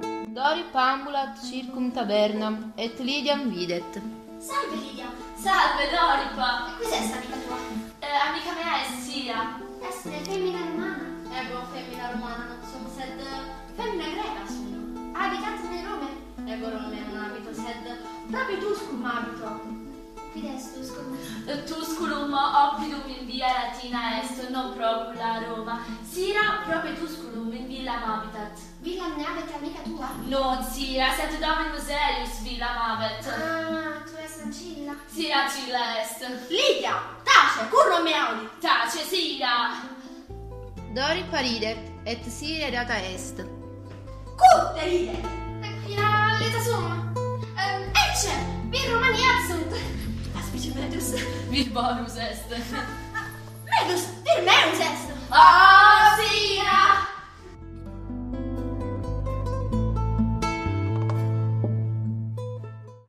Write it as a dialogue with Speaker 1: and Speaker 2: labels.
Speaker 1: Flori pambulat circum tabernam, et Lidiam videt.
Speaker 2: Salve Lidia!
Speaker 3: Salve Doripa!
Speaker 2: E cos'è sta amica tua?
Speaker 3: Eh, amica mea è Sira.
Speaker 2: Essere femmina romana.
Speaker 3: È Eh, boh, femmina romana, non sono sed... eh, Femmina greca sono.
Speaker 2: Abitante di Rome?
Speaker 3: E boh, non è un abito, sed... Proprio tuscum abito.
Speaker 2: Fides tu, scusa.
Speaker 3: Eh, Tusculum oppidum in via Latina est, non proprio la Roma. Sira proprio tusculum in villam habitat.
Speaker 2: Villa ne abita amica tua?
Speaker 3: Non Sira, set dominus Elius villam habet.
Speaker 2: Ah, tu è Sancilla.
Speaker 3: Sira cilla est.
Speaker 4: Lidia, tace, curro mi audi.
Speaker 3: Tace, Sira!
Speaker 1: Dori paridet, et sire data est.
Speaker 4: Curte ride.
Speaker 2: Quia leta sum? Ehm, ecce! Vir Romani absunt!
Speaker 4: Aspice medus.
Speaker 3: Virborus est.
Speaker 4: Medus, per me un sesto.
Speaker 3: Ah,